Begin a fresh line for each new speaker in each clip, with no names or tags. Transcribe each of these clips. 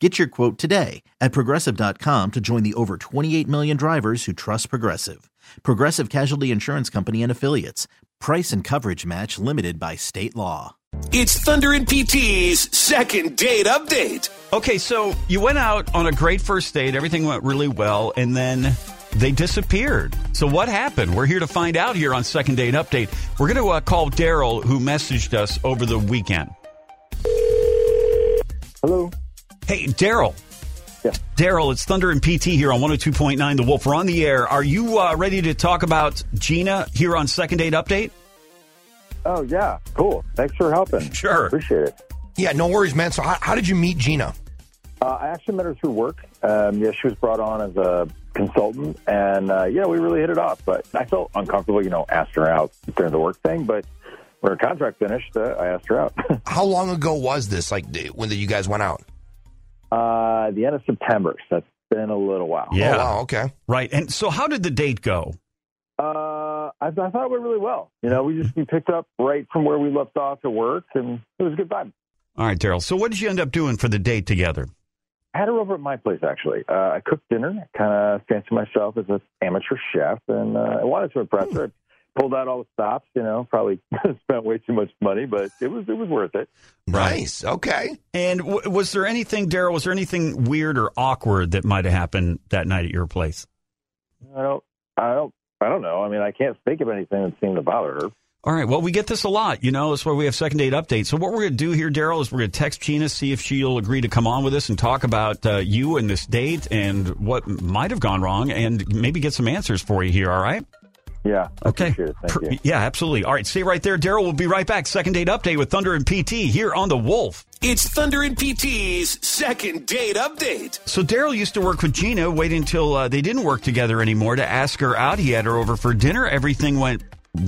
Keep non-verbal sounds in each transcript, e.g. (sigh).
Get your quote today at progressive.com to join the over 28 million drivers who trust Progressive. Progressive Casualty Insurance Company and Affiliates. Price and coverage match limited by state law.
It's Thunder and PT's second date update.
Okay, so you went out on a great first date. Everything went really well, and then they disappeared. So what happened? We're here to find out here on Second Date Update. We're going to uh, call Daryl, who messaged us over the weekend.
Hello.
Hey, Daryl.
Yeah.
Daryl, it's Thunder and PT here on 102.9 The Wolf. We're on the air. Are you uh, ready to talk about Gina here on Second Date Update?
Oh yeah. Cool. Thanks for helping.
(laughs) Sure.
Appreciate it.
Yeah, no worries, man. So, how, how did you meet Gina?
Uh, I actually met her through work. Um, yeah, she was brought on as a consultant, and uh, yeah, we really hit it off. But I felt uncomfortable, you know, asking her out during the work thing. But when her contract finished, uh, I asked her out. (laughs)
How long ago was this? Like d- when the, you guys went out? Oh,
uh, the end of September. So that's been a little while.
Yeah.
Oh, wow. Okay.
Right. And so how did the date go?
Uh, I, I thought it went really well. You know, we just we picked up right from where we left off at work, and it was a good vibe.
All right, Daryl. So what did you end up doing for the date together?
I had her over at my place actually. Uh, I cooked dinner, kind of fancied myself as an amateur chef, and uh, I wanted to impress her. I pulled out all the stops, you know, probably (laughs) spent way too much money, but it was it was worth it.
Right.
Nice. Okay.
And w- was there anything, Daryl? Was there anything weird or awkward that might have happened that night at your place?
I don't, I don't, I don't know. I mean, I can't think of anything that seemed to bother her.
All right. Well, we get this a lot. You know, that's why we have second date updates. So what we're going to do here, Daryl, is we're going to text Gina, see if she'll agree to come on with us and talk about uh, you and this date and what might have gone wrong, and maybe get some answers for you here. All right.
Yeah. I
Okay.
Appreciate it. Thank
Per-
you.
Yeah, absolutely. All right. Stay right there, Daryl. We'll be right back. Second date update with Thunder and PT here on the Wolf.
It's Thunder and PT's second date update.
So Daryl used to work with Gina. Wait until uh, they didn't work together anymore to ask her out. He had her over for dinner. Everything went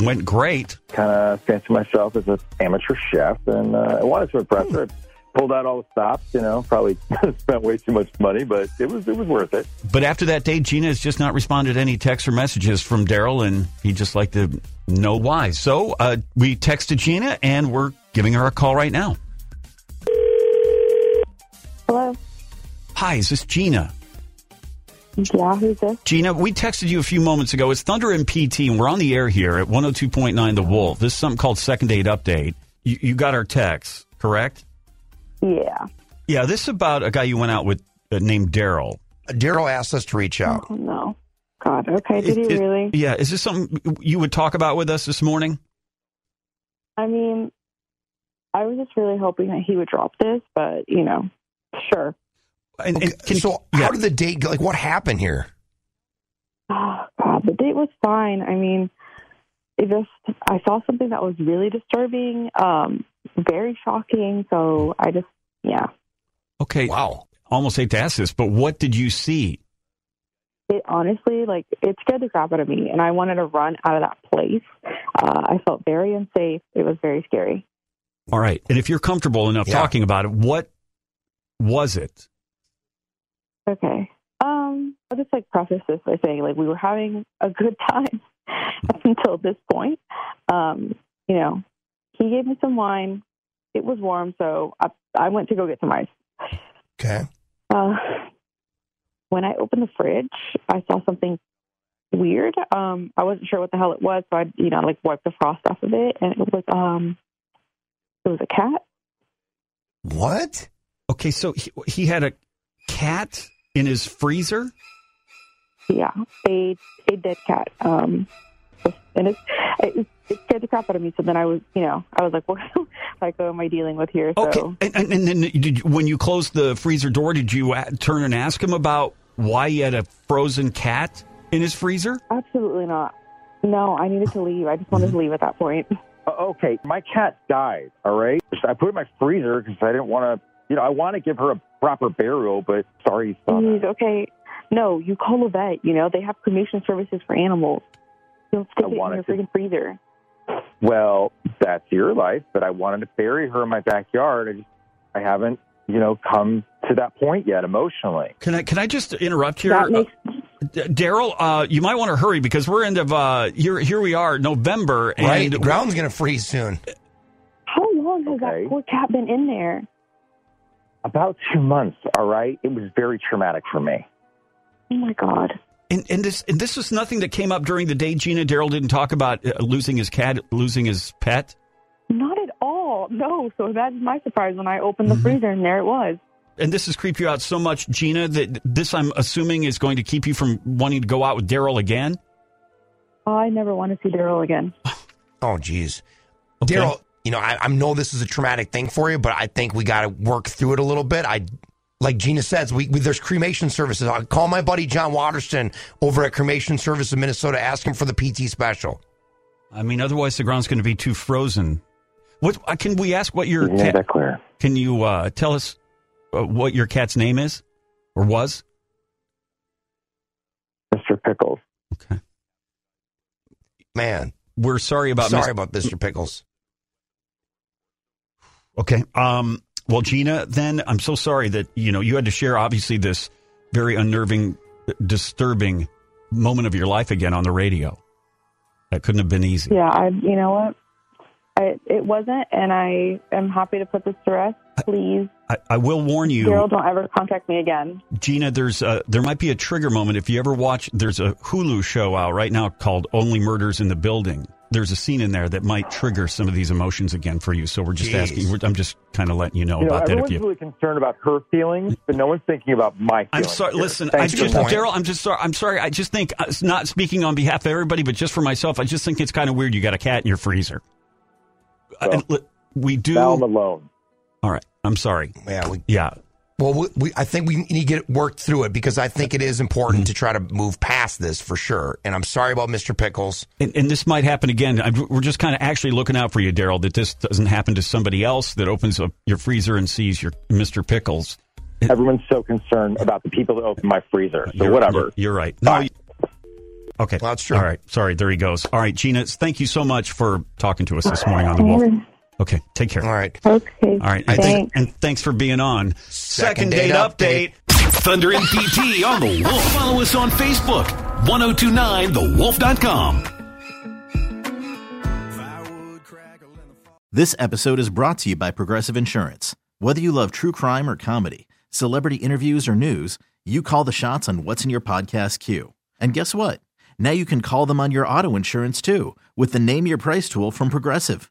went great.
Kind of fancied myself as an amateur chef, and uh, I wanted to impress her.
Hmm.
Pulled out all the stops, you know, probably (laughs) spent way too much money, but it was it was worth it.
But after that date, Gina has just not responded to any texts or messages from Daryl, and he'd just like to know why. So uh, we texted Gina, and we're giving her a call right now.
Hello.
Hi, is this Gina?
Yeah, who's this?
Gina, we texted you a few moments ago. It's Thunder and PT, and we're on the air here at 102.9 The Wolf. This is something called Second Date Update. You, you got our text, correct?
Yeah.
Yeah, this is about a guy you went out with uh, named Daryl.
Daryl asked us to reach
Mm,
out.
Oh no. God. Okay. Did
Is-
he
is-
really?
Yeah, is this something you would talk about with us this morning?
I mean, I was just really hoping that he would drop this, but you know, sure. (gasps)
And, and
Okay,
can-
so,
yeah.
how did the date go? Like, what happened here?
Oh, God, the date was fine. I mean, it just I saw something that was really disturbing, um, very shocking. So I just yeah.
okay,
Wow.
almost hate to ask this, but what did you see?
It honestly, like, it scared the crap out of me, and I wanted to run out of that place. Uh, I felt very unsafe. It was very scary.
All right, and if you're comfortable enough
Yeah.
talking about it, what was it?
Okay. Um, I'll just like preface this by saying like we were having a good time (laughs) up until this point. Um, you know, he gave me some wine. It was warm, so I, I went to go get some ice.
Okay.
Uh, when I opened the fridge, I saw something weird. Um, I wasn't sure what the hell it was, so I you know like wiped the frost off of it, and it was um, it was a cat.
What?
Okay, so he, he had a cat in his freezer.
Yeah, a a dead cat. Um, and it's, it's it scared the crap out of me. So then I was, you know, I was like, (laughs) well, like, who am I dealing with here?
Okay.
So
And, and, and then did you, when you closed the freezer door, did you a- turn and ask him about why he had a frozen cat in his freezer?
absolutely not. No, I needed to leave. I just wanted to leave at that point. (laughs)
Uh, okay, my cat died. All right, so I put it in my freezer because I didn't want to. You know, I want to give her a proper burial, but sorry,
Jeez,
son.
okay. No, you call a vet. You know they have cremation services for animals. Don't stick
I
it in your
wanted to-
freaking freezer.
Well, that's your life, but I wanted to bury her in my backyard. I just, I haven't, you know, come to that point yet emotionally.
Can I can I just interrupt here,
That makes
Uh, D- Daryl? Uh, you might want to hurry because we're end of uh, here. Here we are, November, and
Right? The ground's going to freeze soon.
how long has
Okay.
that poor cat been in there?
About two months. All right, it was very traumatic for me.
Oh my god.
and, and this and this was nothing that came up during the day. Gina Daryl didn't talk about uh, losing his cat, losing his pet.
Not at all. No. So that's my surprise when I opened the
Mm-hmm.
freezer and there it was.
And this has creeped you out so much, Gina, that this I'm assuming is going to keep you from wanting to go out with Daryl again.
I never want to see Daryl again.
Oh, geez.
Okay.
Daryl, you know, I, I know this is a traumatic thing for you, but I think we got to work through it a little bit. I, like Gina says, we, we there's cremation services. I'll call my buddy John Waterston over at Cremation Service of Minnesota. Ask him for the PT special.
I mean, otherwise the ground's going to be too frozen. What uh, can we ask? What your
You made
cat,
that clear.
can you uh, tell us uh, what your cat's name is or was?
Mr. Pickles.
Man,
We're sorry about
sorry
mis-
about Mr. Pickles.
Okay. Um, well, Gina, then I'm so sorry that you know you had to share obviously this very unnerving, disturbing moment of your life again on the radio. That couldn't have been easy.
Yeah, I you know what? I, it wasn't and I am happy to put this to rest. Please,
I, I will warn Uh, you.
Daryl, don't ever contact me again.
Gina, there's a, there might be a trigger moment if you ever watch. There's a Hulu show out right now called Only Murders in the Building. There's a scene in there that might trigger some of these emotions again for you. So we're just
Jeez.
asking. we're- I'm just kind of letting you know
You know,
Oh, about that. If
everyone's
you,
really concerned about her feelings, but no one's thinking about my feelings.
I'm sorry.
here.
Listen,
Thank
I
you.
just
Good point.
Daryl. I'm just sorry. I'm sorry. I just think uh, it's not speaking on behalf of everybody, but just for myself. I just think it's kind of weird. You got a cat in your freezer. Uh,
Well,
and li- we do.
Now I'm alone.
All right. I'm sorry.
Yeah, we,
Yeah.
well, we, we, I think we need to get worked through it because I think it is
Mm-hmm.
important to try to move past this for sure. And I'm sorry about Mr. Pickles.
And, and this might happen again. i we're just kind of actually looking out for you, Daryl, that this doesn't happen to somebody else that opens up your freezer and sees your Mr. Pickles.
Everyone's so concerned about the people that open my freezer. So
You're-
whatever.
You're right. No.
Bye.
you- Okay.
Well, that's true.
All right. Sorry. There he goes. All right, Gina. Thank you so much for talking to us this morning on the Wolf. Okay. Take care.
All right.
(laughs) Okay.
All right. And, th-
Thanks.
and thanks for being on.
Second date update.
Thunder and PT on the Wolf. Follow us on Facebook, 1029thewolf.com.
This episode is brought to you by Progressive Insurance. Whether you love true crime or comedy, celebrity interviews or news, you call the shots on what's in your podcast queue. And guess what? Now you can call them on your auto insurance too with the Name Your Price tool from Progressive.